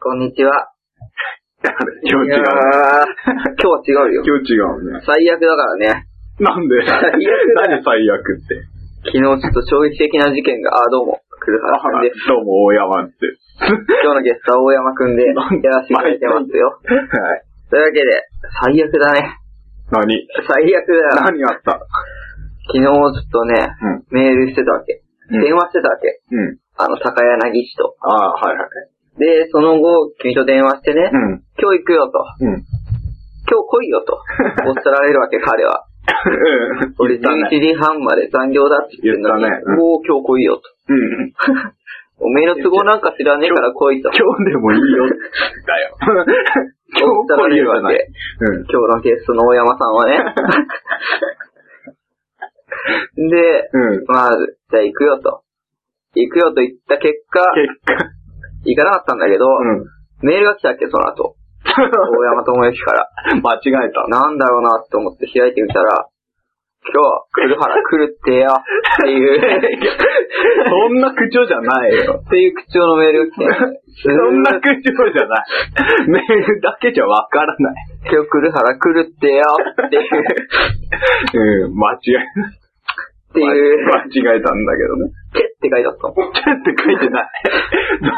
こんにちは。今日違いやーう。今日違うよ。今日違うね。最悪だからね。なんで最悪だ何最悪って。昨日ちょっと衝撃的な事件が、あー、どうも、黒あ原さんです。どうも、大山って。今日のゲストは大山くんで、やらせていただいてますよ。はい。というわけで、最悪だね。何最悪だよ。何あった昨日ちょっとね、うんメールしてたわけ。うん電話してたわけ。うん。あの、高柳氏と。ああ、はいはい。で、その後、君と電話してね、うん。今日行くよと。う今日ん。来い よと。おっしゃられるわけ、彼は。俺俺だ11ね。時半まで残業だって言ってんのに、言ったねうんもう今日来いよと。うん。おめえの都合なんか知らねえから来いと。今日でもいいよ。だよ。今おっしゃ日ら来いれるよじゃわない。け。今日のゲストの大山さん はね。で、うん。うん。まあ、じゃあ行くよと。行くよと言った結果、結果。行かなかったんだけど、うん。メールが来たっけ、その後。大山智之 から。間違えた。なんだろうなって思って開いてみたら、今日、来る原来るってよ、っていう、 そんな口調じゃないよ。っていう口調のメールが来て、そんな口調じゃない。メールだけじゃわからない。今日来る原来るってよ、っていう、うん、間違えた。って いう、間違えたんだけどね。チェって書いてあったもん。ちょって書いてない。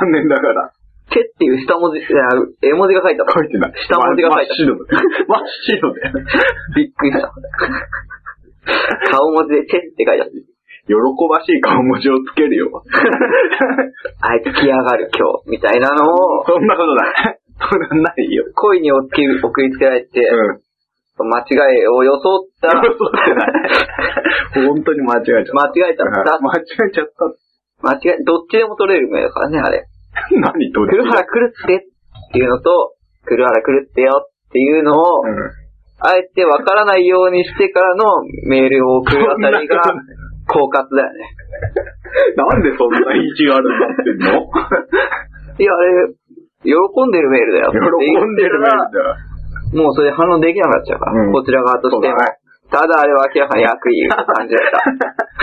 残念だから。チェっていう下文字、いや絵文字が書いてあ った書。いてない。下文字が書いて真っ白だよ。真っ白だよ。びっくりした。顔文字でチェって書いてあっ喜ばしい顔文字をつけるよ。た。あいつ来やがる今日、みたいなのを、そんなことない。そんなないよ。恋に送り送りつけられて、うん。間違いを装ったら、 そうってない。本当に間違えちゃった。間違えちゃった。間違えちゃった。間違え、どっちでも取れる名だからね、あれ。何どっち黒原来るってっていうのと、黒原来るってよっていうのを、うん。あえてわからないようにしてからのメールを送るあたりがそ んなこ、狡猾だよね。なんでそんな意地悪になってんの いや、あれ、喜んでるメールだよ。喜んでるメールだよ。もうそれ反応できなくなっちゃうから、うんこちら側としてもそうだね。ただあれは明らかに悪意を感じられ た。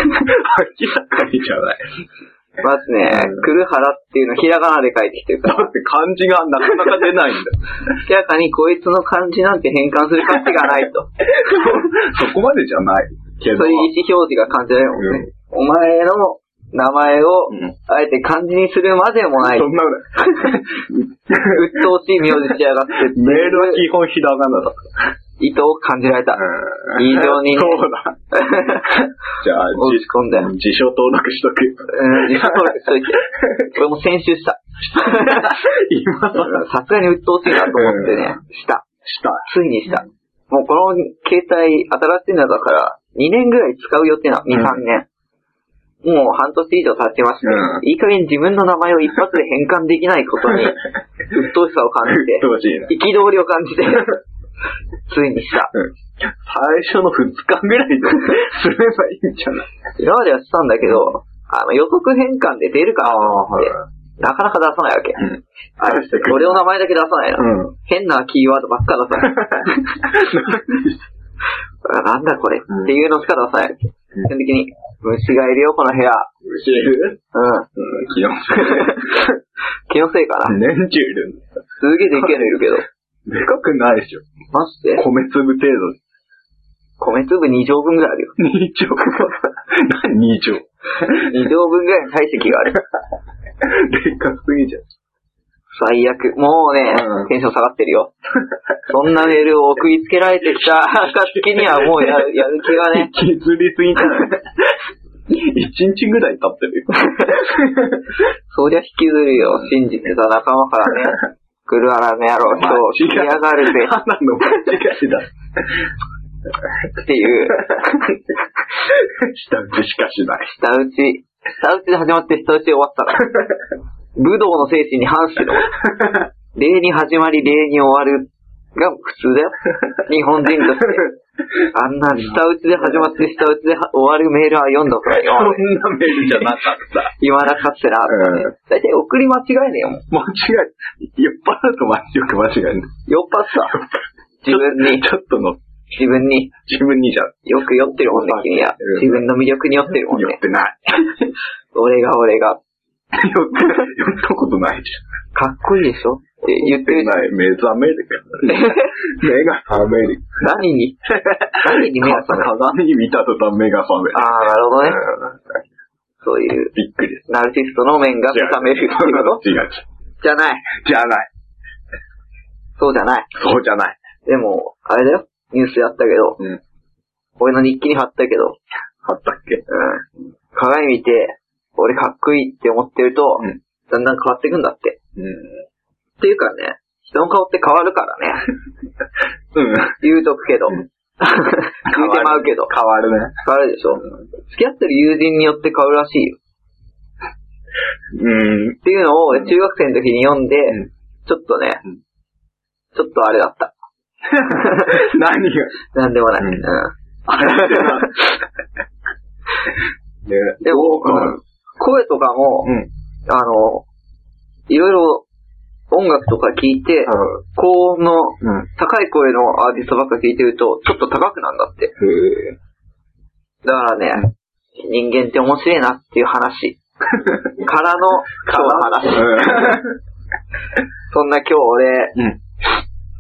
明らかにじゃない。まずね、うんくるはらっていうのひらがなで書いてきてるかだら、って漢字がなかなか出ないんだよ。 明らかにこいつの漢字なんて変換する価値がないと。 そこまでじゃないけど。そういう意思表示が感じられるもんね。お前の名前をうん、あえて漢字にするまでもない。そ鬱ん なぐらい。陶しい名字しやがってっていう メールは基本ひらがなだ。意図を感じられた。うん非常にねそうだ。じゃあ、落ち込んだよ。辞書登録しとくよ。うん、自己登録しといて。俺も先週した。 今さらさすがに鬱陶しいなと思ってね、した。した。ついにした。もうこの携帯、新しいのだから、2年ぐらい使う予定なの、2、うん3年。もう半年以上経ちまして、うんいい加減自分の名前を一発で変換できないことに、鬱陶しさを感じて、 どうしいね。憤りを感じて、ついにした。うん最初の2日ぐらいですればいいんじゃない今まではしたんだけど、あの予測変換で出るかなあはいなかなか出さないわけ。うん。あ出してくる俺の名前だけ出さないの。うん。変なキーワードばっか出さない。あなんだこれ、うんっていうのしか出さない。基本的に、虫がいるよ、この部屋。牛いるうん。うん、気温差で気のせいかな。年中いるんだよすげえでっけえのいるけど。でかくないでしょ。マジで米粒程度。米粒2畳分ぐらいあるよ。 2兆。何2兆。 2畳分ぐらいの体積がある。でかすぎじゃん。最悪。もうね、うんテンション下がってるよ。そんなメールを送りつけられてきた暁にはもうや るやる気がね、引きずりすぎじゃない一日ぐらい経ってるよ。そりゃ引きずるよ。信じてた仲間から ね。来るあらめ野郎、今日、来やがるぜただの間違いだ。っていう、下打ちしかしない。下打ち、下打ちで始まって下打ちで終わったから。武道の精神に反してる。礼に始まり、礼に終わるが普通だよ。日本人として。あんな下打ちで始まって、下打ちで終わるメールは読んだからそんよ。なメールじゃなかった。いまだかつてな。うん大体送り間違えねえよ。もう間違い、酔っ払うと間違く間違いない。酔っ払った。自分に、ちょっとの、自分に、自分にじゃ、よく酔ってるもんね、君は。自分の魅力に酔ってるもん酔ねっ。てない。俺が俺が。酔って、酔ったことないじかっこいいでしょって言ってるじゃん。ない。目覚めるけどね。目が覚める。何に 何に目が覚める鏡見た途端目が覚める。ああ、なるほどね。うんそういう、びっくりです。ナルシストの面が目覚めるっていうこと違う違う。じゃない。じゃない。そうじゃない。そうじゃない。でも、あれだよ。ニュースやったけど、うん。俺の日記に貼ったけど、あったっけうん。鏡見て、俺かっこいいって思ってると、うんだんだん変わっていくんだって。うっていうかね、人の顔って変わるからね。 ん。うん。言うとくけど。 う言うてまうけど。変わるね。変わるでしょ付き合ってる友人によって変わるらしいよ。うん。っていうのを、中学生の時に読んで、うんちょっとねうん、ちょっとあれだった。何が。なんでもない。うんうんね、でもどうかな声とかも、うん。あの、いろいろ音楽とか聞いて、高音の、うん。高い声のアーティストばっか聞いてると、ちょっと高くなんだって。へえ。だからね、人間って面白いなっていう話。からの、今日の話。 そんな今日俺、うん。うん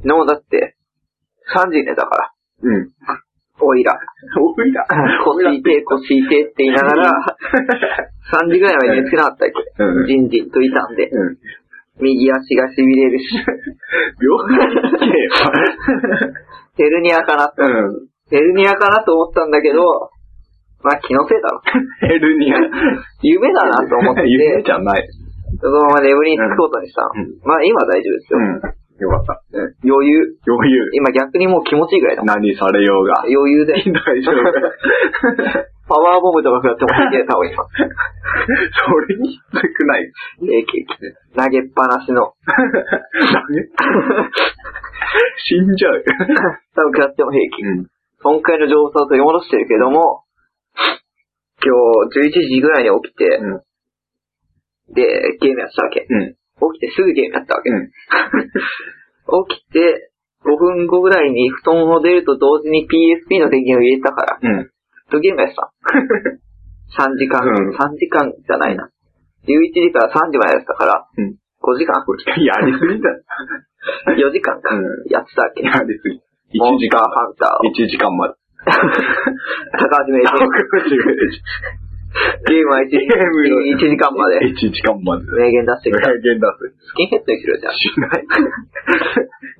のだって、3時ねだから、。うん。おいら。おいら。腰痛い、腰痛いって言いながら、3時ぐらいまで寝つけなかったっけ。うんじんじんといたんで、うん。右足が痺れる し、病気行けよ。ヘルニアかな、うん。ヘルニアかなと思ったんだけど、まあ気のせいだろ。ヘルニア。夢だなと思って、 夢じゃない。そのまま眠りにつくことにしたの。うんまあ今大丈夫ですよ。ん。よかった。余裕。余裕。今逆にもう気持ちいいぐらいだもん。何されよう が。余裕で。大丈夫。パワーボムとか食らっても平気で倒れた。それにきつくない。 平気。投げっぱなしの。ダメ死んじゃ う。多分食らっても平気。うん。そんくらいの状態を取り戻してるけども、今日11時ぐらいに起きて、うんで、ゲームやってたわけ。うん。起きてすぐゲームやったわけ。うん。 起きて、5分後ぐらいに布団を出ると同時に PSP の電源を入れたから、うん。ずっとゲームやって た。3時間、うん3時間じゃないな。11時から3時までやってたから、うん5時 間やりすぎだ。 ?4 時間か。うやってた わけ。やりすぎ。モ1ンス時ター間。ハンタ ーを。 1時間まで。高橋名人。ゲームは1時ゲームの一時間まで1時間まで。名言出して無きた。限出スキンヘッドにするじゃんす。。し ない。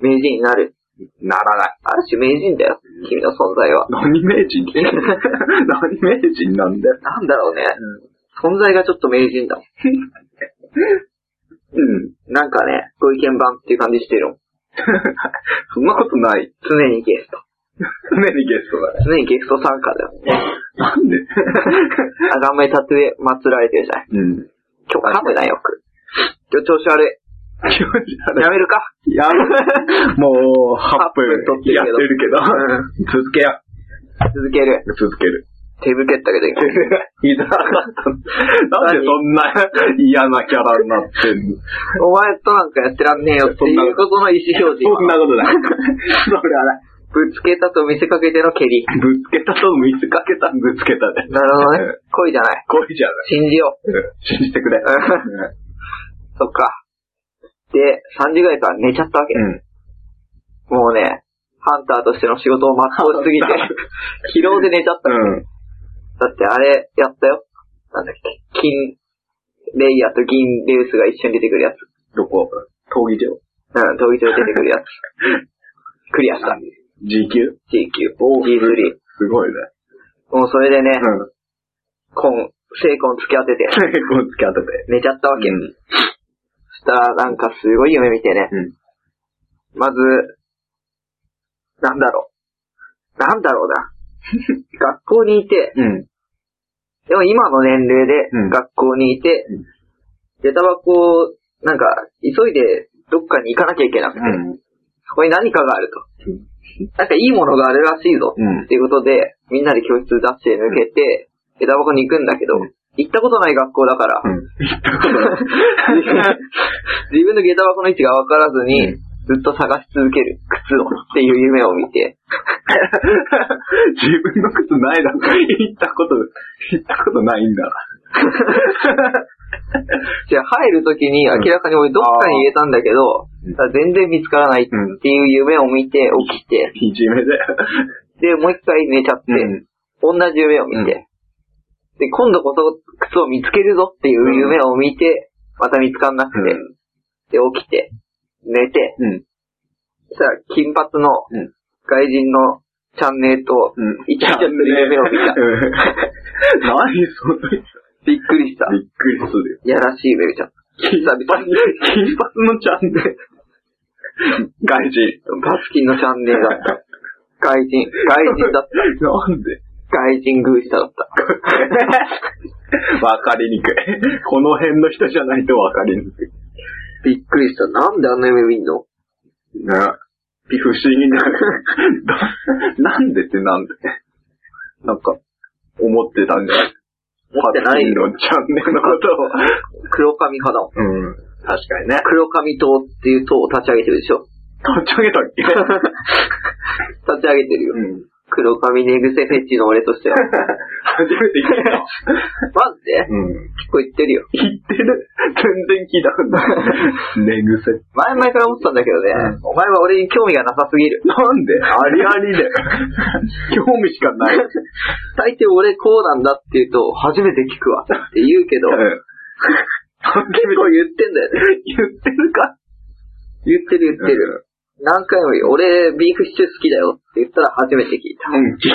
名人になる。ならない。ある種名人だよ。君の存在は。何名人って 何名人なんだよ。なんだろうね。存在がちょっと名人だもうん。 ん。なんかね、ご意見番っていう感じしてるもん。そんなことない。常にゲスト。常にゲストだね。常にゲスト参加だよ。なんであがめたつえ祀られてるじゃない。 うん。今日噛むなよく。今日調子悪気持ちい。悪やめるかい。やめもう、8分撮ってるけど分やってるけど、続けや。続ける。続け る。手ぶけったけど今。膝上がったなんでそんな嫌なキャラになってんのお前となんかやってらんねえよっていうことの意思表示。そんなことない。それはない。ぶつけたと見せかけての蹴り。ぶつけたと見せかけた、ぶつけたで。なるほどねうん。恋じゃない。恋じゃない。信じようん信じてくれ。うう。そっか。で、3時ぐらいから寝ちゃったわけ。うん。もうね、ハンターとしての仕事を全うしすぎてハンター、疲労で寝ちゃった。うん。だってあれ、やったよ。なんだっけ、金、レイヤーと銀レウスが一緒に出てくるやつ。どこ闘技場。うん、闘技場に出てくるや つ。クリアした。 G 級 G9、G3。すごいね。もうそれでねう、ん。今、成婚付き合ってて、成功つけ当てて。寝ちゃったわけ。うん。そしたら、なんかすごい夢見てね。うんまず、なんだろう。なんだろう な。学校にいて、うん。でも今の年齢でうん学校にいてうん、下駄箱を、なんか、急いでどっかに行かなきゃいけなくて、うん。そこに何かがあるとうん。なんかいいものがあるらしいぞ。うん。っていうことで、みんなで教室出して抜けて、下駄箱に行くんだけどう、行ったことない学校だから、 言ったことない。自分の下駄箱の位置が分からずに、うんずっと探し続ける靴をっていう夢を見て、自分の靴ないだろ。言ったこと、言ったことないんだ。じゃあ入るときに明らかに俺どっかに入れたんだけど、うん全然見つからないっていう夢を見て起きて、いじめで。で、もう一回寝ちゃって、うん。同じ夢を見て、で、今度こそ靴を見つけるぞっていう夢を見て、また見つかんなくて、で、う起きて、寝て、ん。うん。そしたら金髪のうん外人のチャンネルとうん。イチャイチャする夢を見 た。うん何それ。びっくりした。びっくりするやよ。らしい夢見ちゃった。金髪、金髪のチャンネル。外人。バスキンのチャンネルだった。外人、外人だった。なんで外人グー下だった。 わかりにくい。この辺の人じゃないとわかりにくい。びっくりした。なんであんな夢見んのな、不思議な。 どなんでってなんでなんか、思ってたんじゃな持いってないよ。のチャンネルのことを。黒髪派だもん。うん。確かにね。黒髪党っていう党を立ち上げてるで しょ。立ち上げたっけ立ち上げてるよ。うん。黒髪寝癖フェチの俺としては。初めて聞いた。マジでうん。結構言ってるよ。言ってる。全然聞いたことない。寝癖。前々から思ってたんだけどね、お前は俺に興味がなさすぎ る。なんでありありで。興味しかない。大抵俺こうなんだって言うと、初めて聞くわって言う けど、結初め構言ってんだよね。て 言ってるか言ってる言ってる。何回も言う。俺、ビーフシチュー好きだよって言ったら初めて聞いた。うん、 聞くよ。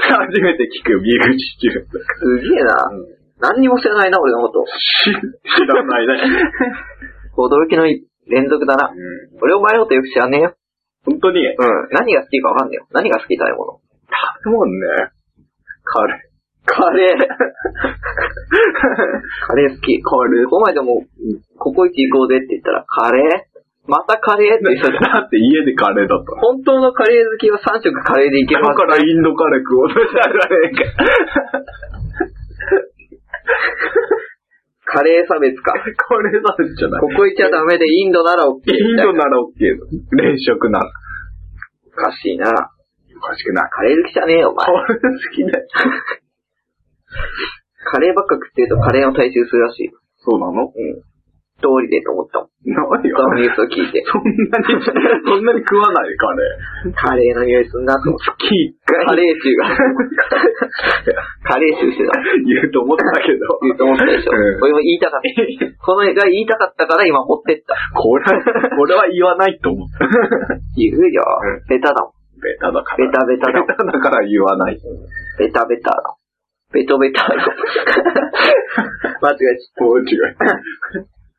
初めて聞くよ、ビーフシチュー。すげえな。何にも知らないな、俺のこと。知知らないね。驚きの連続だな。俺お前のことよく知らねえよ。本当に、うん。何が好きかわかんねえよ。何が好きだよ、もの。食べ物ね。カレー。カレー。 カレー好き。カレー。この前でも、ココイチ行こうぜって言ったら、カレーまたカレーって言ってた。だって家でカレーだった。 本当のカレー好きは3食カレーでいけだます。からインドカレー食おうとしたらねえ か。カレー差別か。カレーだってじゃない。ココイチはダメでインドなら OK みたいインな。ドなら OK だ。冷食なら。おかしいな。おかしくない。カレー好きじゃねえよ、お前カ。レー好きだよ。カレーばっか食ってるとカレーの体臭するらしい。そうなのうん。道理でと思ったもん。何そのニュよ。ースを聞いて。 そんな に、そんなに食わないカレー。カレーの匂いすんなと思って。月一回カレー臭 が。カレー臭してた。言うと思ったけど。言うと思ったでしょ。うん俺も言いたかった。この絵が言いたかったから今持ってった。 これ、これは言わないと 思った。言うよ。ベタだもん。ベタだから。ベタベタだもんベ。タだから言わない。ベタベタだもん。ベトベタ だもん。間違えちゃっそう違う。た。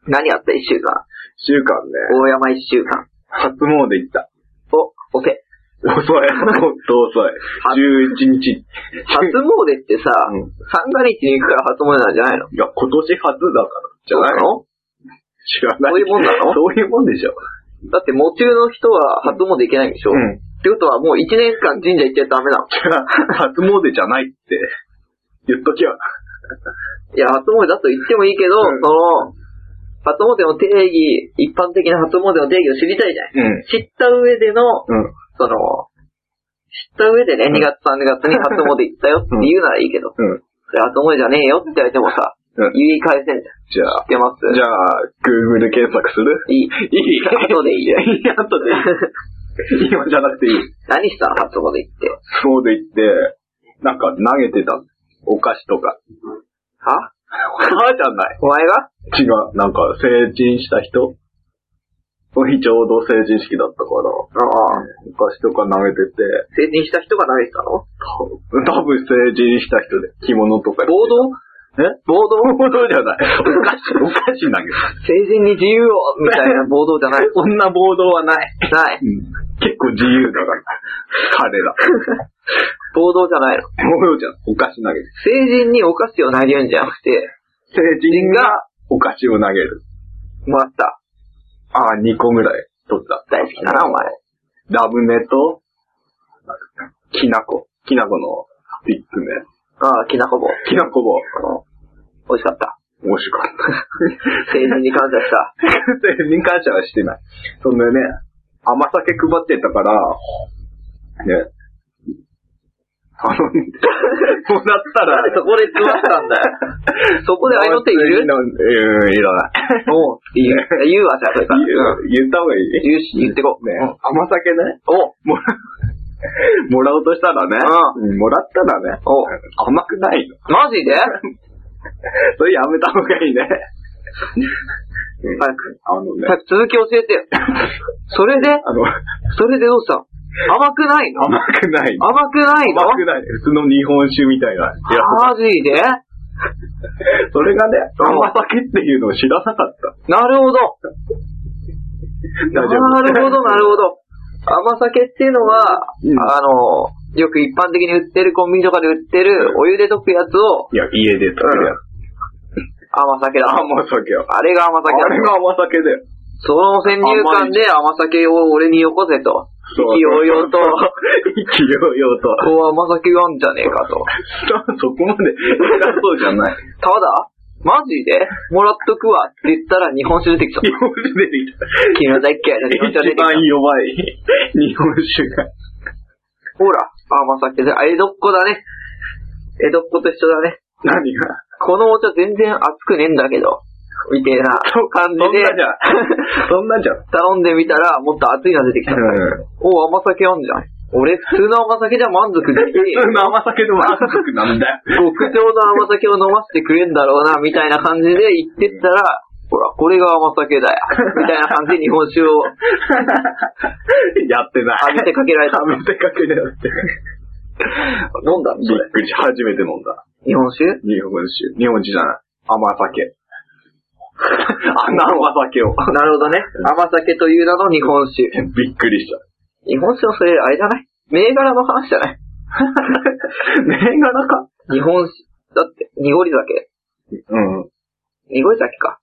何あった一週間。週間ね、大山一週間。初詣行った。お、おせ。遅 い。ほんと遅い。11日。初詣ってさ、うん三が日に行くから初詣なんじゃないのいや、今年初だから。じゃないのの知らない。そういうもんなのそういうもんでしょ。だって、喪中の人は初詣行けないんでしょ、っん。てことはもう一年間神社行っちゃダメなの。じゃあ、初詣じゃないって言っときゃ。いや、初詣だと言ってもいいけど、うんその、初詣の定義、一般的な初詣の定義を知りたいじゃん。うん。知った上での、うん。その、知った上でね、ん2月3月に初詣行ったよって言うならいいけ ど、うん。それ初詣じゃねえよって言われてもさ、うん言い返せんじゃん。じゃあ知っ、てますじゃあ、Google 検索するいい。いい後でいいいや、いや後でいい。今じゃなくていい。何したの初詣行って。そうで言って、なんか投げてたの。お菓子とか。は母じゃない。お前が違う。なんか、成人した人その日ちょうど成人式だったから、おああ、菓子とか投げてて、成人した人が投げてたのた多分成人した人で、着物とか。暴動 え暴動暴動じゃない。お菓子、お菓子投げた。成人に自由をみたいな暴動じゃない。 そんな暴動はない。ない。結構自由だから。彼 ら。暴動じゃないの。暴動じゃん。お菓子投げて。成人にお菓子を投げるんじゃなくて、成人がお菓子を投げる。もらった。ああ、2個ぐらい取った。大好きだな、お前。ラムネと、きなこ。きなこのスティックね。ああ、きなこ棒。きなこ棒。美味しかった。美味しかった。成人 に感謝した。 成人感謝はしてない。そんなね、甘酒配ってたから、ね、 頼んで、もらったら、そこで座ったん だよ。そこで合いの手いるうん、いらない。おう、言う。 言うわ、じゃあ、それから。うん言った方がいい言うし、言ってこう。ねうん、甘酒ね。おもら、 もらおうとしたらね。うん。もらったらね。お甘くないの。 マジでそれやめた方がいいね。早く、あのね。早く続き教えてよ。それで、 あの、それでどうした甘くないの甘くないの。甘くないの甘くない。普通の日本酒みたいな。いやマジでそれがね、うん甘酒っていうのを知らなかった。なるほど。な大丈夫るほど、なるほど。甘酒っていうのは、うんあの、よく一般的に売ってる、コンビニとかで売ってる、お湯で溶くやつをいや、家で作るやつ。甘酒だ。甘酒よ。あれが甘酒だ。あれが甘酒だよ。その先入観で甘酒を俺によこせと。意気揚々と、意気揚々と。こう甘酒があんじゃねえかと。 そこまで偉そうじゃない。ただ、マジでもらっとくわって言ったら日本酒出てきた。日本酒出てきた。君の大っ嫌いな日本酒が出一てきた番。弱い日本酒が。ほら、甘酒で、あ江戸っ子だね。江戸っ子と一緒だね。何がこのお茶全然熱くねえんだけど。みたいな感そじんなで、じゃん。 そんなじゃん。 頼んでみたらもっと熱いの出てきた。うん。お甘酒あんじゃん。俺普通の甘酒じゃ満足 できねえよ普通の甘酒でも満足なんだよ。極上の甘酒を飲ませてくれんだろうな、みたいな感じで言ってったら、ほら、これが甘酒だよ。みたいな感じで日本酒を やってない。浴びてかけられた。食べてかけるって。 飲んだのびそれ。っくりし、初めて飲んだ。日本酒日本酒。日本酒じゃない。甘酒。 あんな甘酒を。 なるほどね。甘酒という名の日本酒。びっくりした。 日本酒はそれ、あれじゃない銘柄の話じゃない銘柄か日本酒。だって、濁り酒。うん。濁り酒か。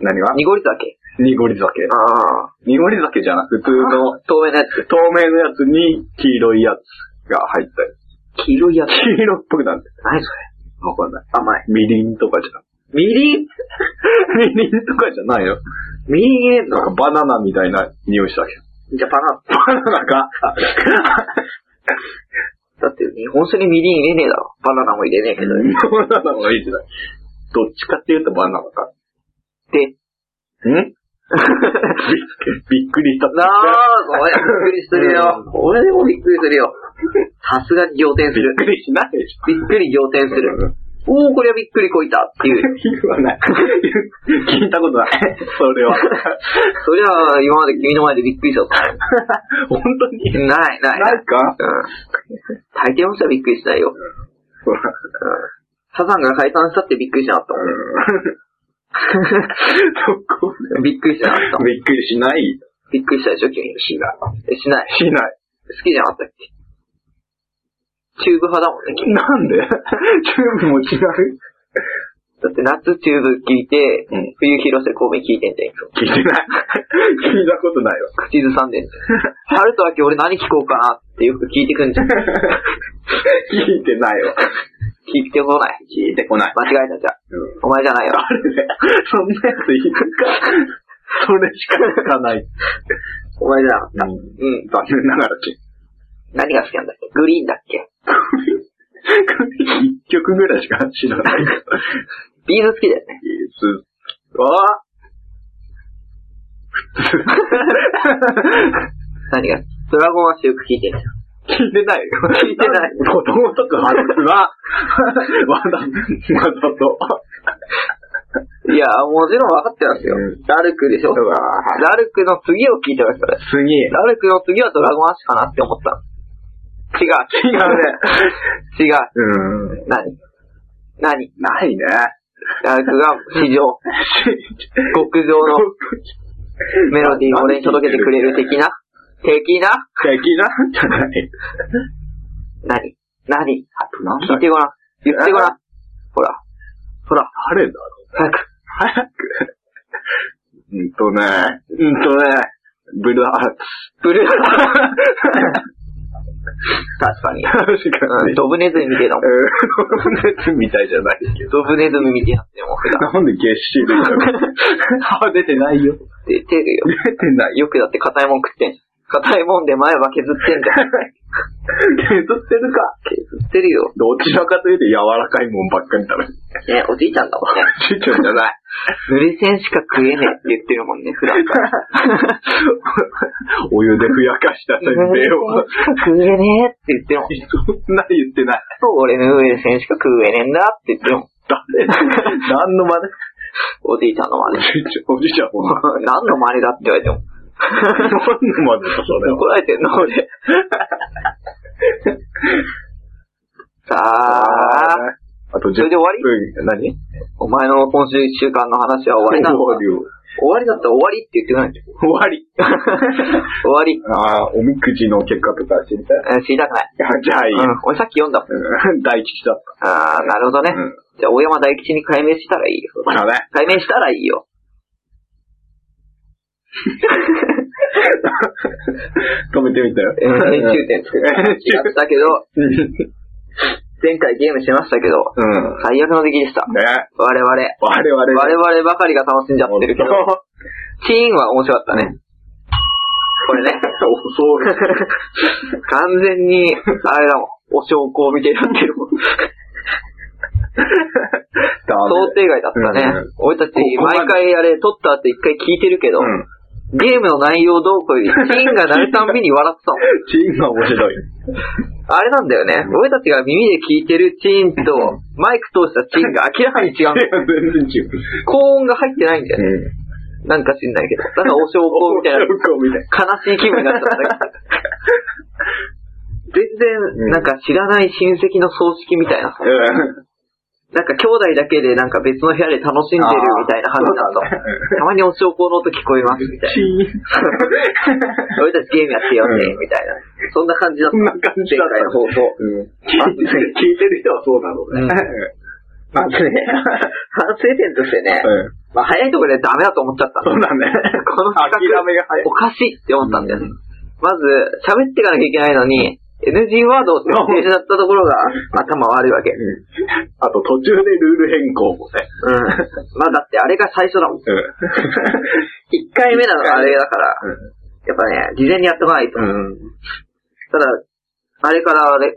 何が濁り酒。濁り酒。ああ。濁り酒じゃなく普通の透明なやつ。透明のやつに黄色いやつが入ったり。黄色いやつ。黄色っぽくなる。何そわかんない。れ。甘い。みりんとかじゃん。みりん みりんとかじゃないよ。みりんええなんのかバナナみたいな匂いしたけど。じゃあ、パナバナナか だって日本酒にみりん入れねえだろ。バナナも入れねえけど。バナナはいいじゃない。どっちかっていうとバナナか。で、ん びっくりした。なあ、ごめん、びっくりするよ。俺でもびっくりするよ。さすがに仰天すびっる。くりしないでしょ。びっくり仰天する。おー、こりゃびっくりこいたっていう。言わない。聞いたことない。それは。そりゃ、今まで君の前でびっくりしたこと 本当にない。ない、ない。ないかうん。大抵の人はびっくりしないよ。ほらサザンが解散したってびっくりしなかったもん。 そこびっくりしなかったもん。びっくりしないびっくりしたでしょ、君。しない。えしない。しない。好きじゃなかったっけチューブ派だもんね、君。なんでチューブも違うだって夏チューブ聞いて、うん冬広瀬香美聞いてんじゃん。聞いてない。聞いたことないわ。口ずさんでんじゃん。春と秋俺何聞こうかなってよく聞いてくんじゃん。聞聞いてないわ。いてこない。聞いてこない。間違えたじゃん。うんお前じゃないよ。あれね、そんなやついるか。それしか聞かない。お前じゃなかった。残うん。念ながら聞い何が好きなんだっけグリーンだっけ一曲ぐらいしか知らないから。ビーズ好きだよね。す、わ何がドラゴンはよく聞いてんじゃん。聞いてないよ。聞いてない。子供とかは、わ、わざ、わざと。いや、もちろん分かってますよ。うんラルクでしょわラルクの次を聞いてました。ラすげえ。ルクの次はドラゴンアッシュかなって思ったの。 違う。違うね。違う。うん。何何ない ね。ラルクが史 上、極上のメロディーを俺に届けてくれる的な的な敵なんじゃない何何あとなん聞いてごらん。言ってごらん。ほら。ほら。誰だろう早く。早く。うんとね、うんとね、ブルーハーツ。ブルーハーツ。確かに。確かうん、に。ドブネズミみたいだもん。うん、熱みたいじゃないけドど。ブネズミみたいになってもう普段。なんで月収 出ちゃうの歯出てないよ。出てるよ。出てないよ。よくだって硬いもん食ってんじ硬いもんで前は削ってんじゃん。削ってるか。削ってるよ。どちらかというと柔らかいもんばっかり食べる。ね、おじいちゃんだもんね。ちっちゃいんじゃ ない。濡れ線しか食えねえって言ってるもんね、普段。お湯でふやかしたせんべいを。しか食えねえって言ってるもん。 そんな言ってない。そう、俺濡れ線しか食えねえんだって言ってるもん。誰 何の真似おじいちゃんの真似。 おじいちゃん、おじいちゃん、お前。何の真似だって言われても。何の真似だ、それ怒は。られてんの、 俺。さあ、あと10分。それで終わり何お前の今週一週間の話は終わりなの終終わりよわりだったら終わりって言ってないでしょ。終わり。終わり。ああ、おみくじの結果とか知りたい。えー知りたくない。いやじゃあいい。うん、俺さっき読んだもん。うん大吉だっああ、なるほどねた。。うん。じゃあ、大山大吉に解明したらいいよ。まあね。解明したらいい よ。止めてみたよ。うん編集点作った話 やったけど、前回ゲームしましたけど、うん。最悪の出来でした。ね。我々。我我々が。々ばかりが楽しんじゃってるけど、チーンは面白かったね。これね。そう。 完全に、あれだもん。お証拠を見てやってる もん。ダ想定外だったね。俺たち、毎回あれ、撮った後一回聞いてるけど、うん。ゲームの内容どうこうより、チーンが鳴るたんびに笑ってたもん。チームが面白い。あれなんだよね。俺たちが耳で聞いてるチーン と、マイク通したチーンが明らかに違ういやんだよ。全然違う。高音が入ってないんだよね。うん。なんか知んないけど。だからお証拠みたい な、みたい悲しい気分になっちゃった。全然、なんか知らない親戚の葬式みたいなさ。な。なんか兄弟だけでなんか別の部屋で楽しんでるみたいな話だったもん。たまにお証拠の音聞こえますみたいな。俺たちゲームやってよね、みたいな。そんな感じだった。そんな感じだった前回の放送。うん。聞いてる聞いてる人はそうだろうね。うんまずね、反省点としてね、うん。まあ早いところでダメだと思っちゃったその。うだね。この諦企画めが早いお。かしいって思ったんだよね。うんまず、喋っていかなきゃいけないのに、NG ワードを設定しちゃったところ が頭悪いわけ。うん。あと途中でルール変更もね。まあだってあれが最初だもん。うん。 1回目なのがあれだから、やっぱね、事前にやってこないと。うん。ただ、あれから我々、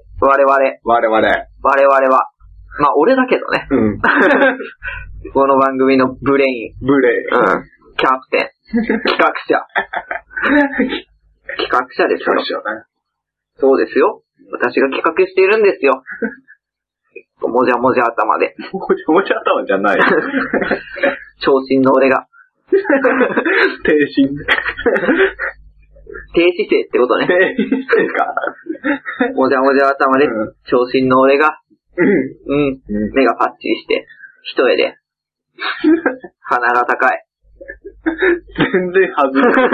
我我々。々は、まあ俺だけど ね、うん。この番組のブレイン、ブレイ。うん、キャプテン、 企画者、企画者ですよ。よね。そうですよ。私が企画しているんです よ。もじゃもじゃ頭で。もちもち頭じ ゃない。昇進の俺が。低身。低姿勢ってこと ね。低身か。もじゃもじゃ頭でうん、昇進の俺が、うん。うん、うん目がパッチリして、一重で、鼻が高い、全然外れない。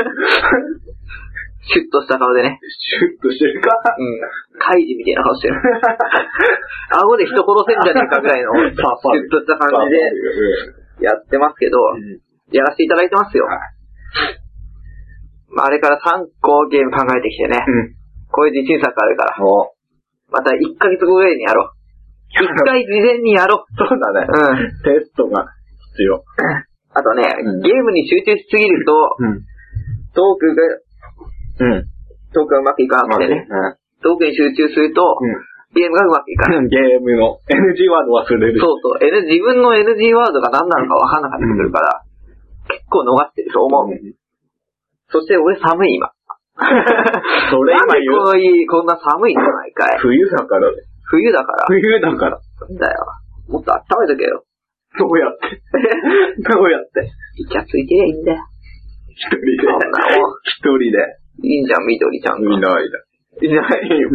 シュッとした顔でね、シュッとしてるか。うん、カイジみたいな顔してる。顎で人殺せんじゃねえかぐらいの、シュッ パパとした感じでやってますけど、やらせていただいてますよ。はいまあ、あれから3個ゲーム考えてきてね、うん。こういう自信作あるから、おまた1ヶ月後ぐらいにやろう。一回事前にやろう。そうだね。うん。テストが必要。あとね、うんゲームに集中しすぎると、うん。トークが、うん。トークがうまくいかなくてね。トークに集中すると、ゲームがうまくいかない。うん。ゲームの NG ワード忘れる。そうそう、N、自分の NG ワードが何なのか分かんなかったりするから、結構逃してると思う。んそして俺寒い今。 それなん今で言こう。の家、こんな寒いの毎回。冬だからね。冬だから。冬だから。なんだよ。もっと温めとけよ。どうや って。どうやって。イチャついてりゃいいんだよ。一人でそんなもん。一人で。いいんじゃん、緑ちゃんが。いないだ。いないよ。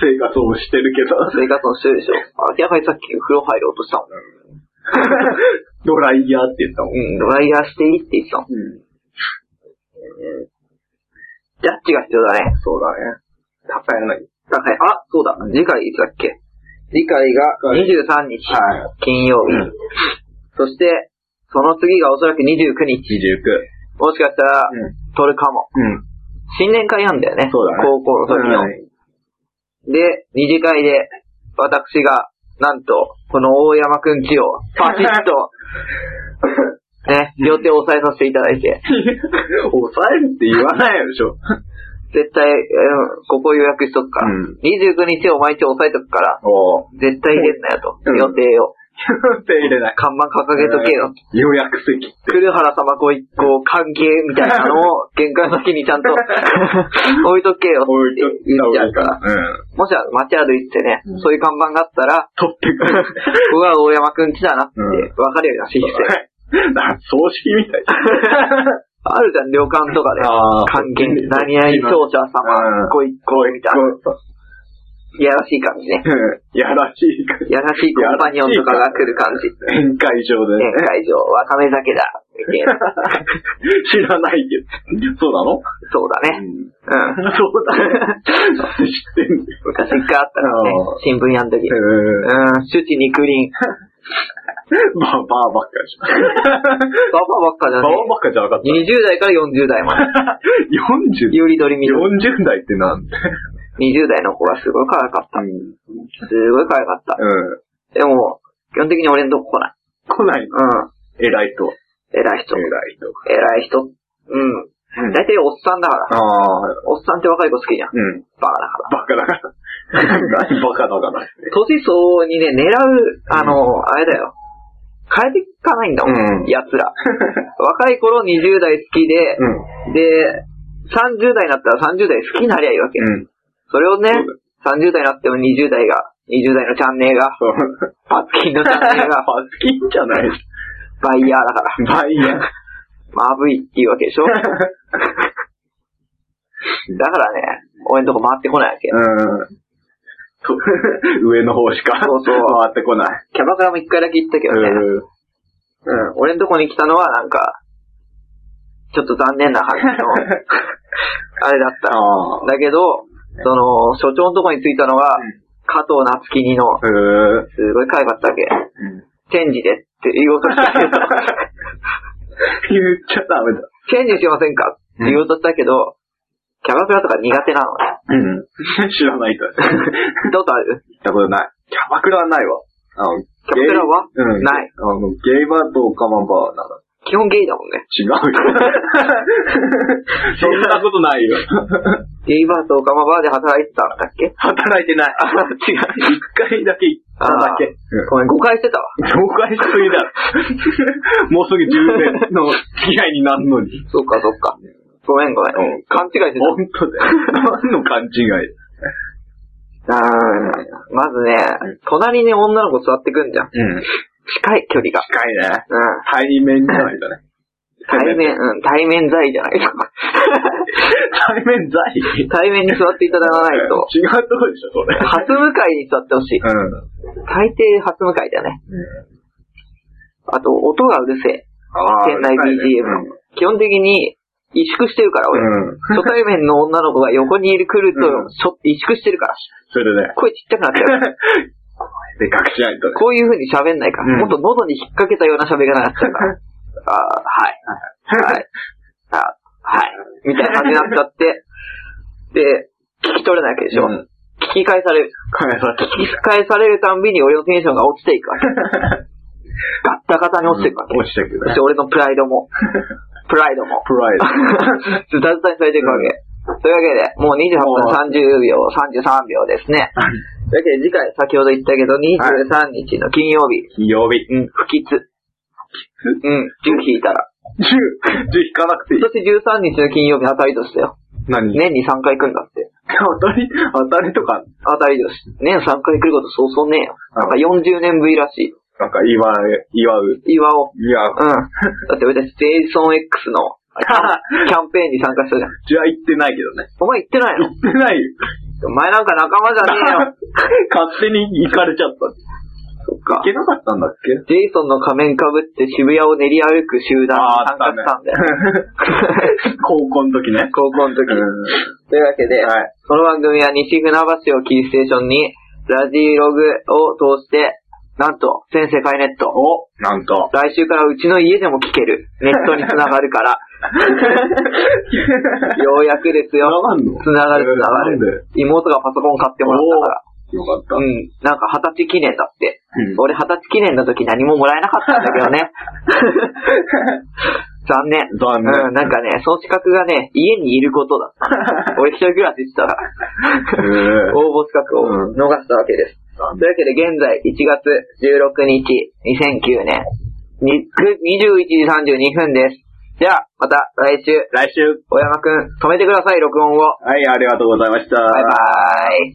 生活をしてるけど。 生活のしてるでしょ。明らかにさっき風呂入ろうとしたもん。ドライヤーって言ったもん。うん、ドライヤーしていいって言ってたもん。うん。ジャッジが必要だね。そうだね。高柳。だからあ、そうだ。次回いつだっけ次回が23日、は金曜日。うんそして、その次がおそらく29日。 29。もしかしたら、撮るかも。うん。うん。新年会なんだよね。そうだね高校の時の。はいで、二次会で、私が、なんと、この大山くんちを、パシッ と、ね、両手を押さえさせていただいて、抑えるって言わないでしょ。絶対、うんここ予約しとくから。うん29日を毎日押さえとくから、 おー。絶対入れんなよと。うん予定を。手入れない。看板掲げとけよ。予約席。来る原様ご一行歓迎みたいなのを、玄関先にち ゃんと置いとけよって置いと言っいちたゃ方がいういかから。ら。うん。もし街歩いててね、うんそういう看板があったら、 取ってくる。うわ、大山くんちだなって、わかるようなシステム。なんか葬式みたい。 あるじゃん、旅館とかで。あ歓迎、何々奏者うん様、ご一行みたいな。そういやらしい感じね。うん。やらしい感いやらしいコンパニオンとかが来る感じ。じ。宴会場で宴ね。会場、わかめ酒だ。みたいな 知らないけど。そうなのそうだね。ん。うん。そうだね。知ってんだよ。昔一回あったからねあー、新聞やん時。うん、え朱地肉林。ー、まあ、バーばっかりしょ。ババばっかじゃバーねばっかじゃなかっえ。20代から40代まで。た。40、よりどりみる。 40代ってなんだ20代の子がすごい可愛かった。すん。ごい可愛かった。うん。でも、基本的に俺んとこ来ない。来ないの。う偉いと。ん。偉い人。偉いと。偉い人。うん。大体おっさんだから。ああ、おっさんって若い子好きじゃん。うん。バカだから。バカだ から。何バカだから。年相応にね、狙う、あの、あれだよ。変えていかないんだもん、うん奴ら。若い頃20代好きで、うん。で、30代になったら30代好きになりゃいいわけ。うん。それをねそうだよ、 30代になっても20代が、20代のチャンネルが、そう。パツキンのチャンネルパが、 スキンじゃない。バイヤーだから、まあいいや。まぶいっていうわけでしょだからね、俺んとこ回ってこないわけ。うん。と上の方しかそうそう回ってこない。キャバクラも一回だけ行ったけどね、うん。うん、俺んとこに来たのはなんか、ちょっと残念な感じ の、あれだった。ああ。だけど、その、所長のとこに着いたのは、うん加藤夏希にの、へえ。すごい可愛かったわけ。チェンジでって言おうとしたけど、言っちゃダメだ。チェンジしませんかって言おうとしたけど、キャバクラとか苦手なのね。うん。知らないと。行どうとあるったことない。キャバクラはないわ。あの、キキャバクラはうん。ない。あの、ゲイバーとカマンバーなら基本ゲイだもんね。違うよ。 そんなことない よ。ゲイバーとオカマバーで働いてたんだっけ働いてない。あ、違う。一回だけ行っただけ。うんごめん、誤解してたわ。紹介しすぎだろ。もうすぐ10年の付き合いになるのに。 そっかそっか。ごめんごめうんん。勘違いしてた。本当だよ。何の勘違い。うんまずね、隣に女の子座ってくんじゃん。うん。近い距離が。近いね。うん。対面じゃないとね。対面、うん、対面在じゃないと。対面在 対面に座っていただかないと。違うとこでしょ、それ。初向かいに座ってほしい。うん。大抵初向かいだね。あと、音がうるせえ。あ店内 BGM。基本的に、萎縮してるから、う俺。ん。うん。初対面の女の子が横にいる来るうんと、しょ萎縮してるから。それで、声ちっちゃくなっちゃう。でかくしないとね。こういう風に喋んないかうんら。もっと喉に引っ掛けたような喋り方になっちゃうから。あーはい。はい。あはい。みたいな感じになっちゃって。で、聞き取れないわけでしょ。うん聞き返される。返され聞き返されるたんびに俺のテンションが落ちていくわけ。ガッタガタに落ちていくわけ。落ちてくそるして。俺のプライドも、プライドも、プラ イド。ズタズタにされていくわけ。というわけで、もう28分30秒、33秒ですね。というわけで、次回、先ほど言ったけど、23日の金曜 日、金曜日。うん、不吉。うん、10引いたら。 10、10引かなくていい今。年13日の金曜日当たり年だよ。何年に3回来るんだって。当たり、当たりとか、当たり年。年3回来ることそうそうねえよ。なんか40年ぶりらしなんか祝う、祝う。い。岩尾。いや、 うん。だって俺たちジェイソン X のキャンペーンに参加したじゃん。じゃあ行ってないけどね。お前行ってない行ってないよ。のお前なんか仲間じゃねえよ。 勝手に行かれちゃった。 そっか行。けなかったんだっけジェイソンの仮面かぶって渋谷を練り歩く集団に参加したんだよ。 高校の時ね。高校の時に。うん。というわけで、はい。この番組は西船橋をキーステーションに、ラジログを通して、なんと、全世界ネット。お、な んと。来週からうちの家でも聞ける。ネットに繋がるから。ようやくですよ。がんの繋がる、繋がなんでる。妹がパソコン買ってもらったから。よかった。うん。なんか二十歳記念だって。うん俺二十歳記念の時何ももらえなかったんだけどね。残念。残念うん、なんかね、その資格がね、家にいることだ。 俺一人暮らししてたら、え応募資格をうん逃したわけです。というわけで、現在1月16日、2009年、に21時32分です。では、また来週、来週。小山くん、止めてください、録音を。はい、ありがとうございました。バイバーイ。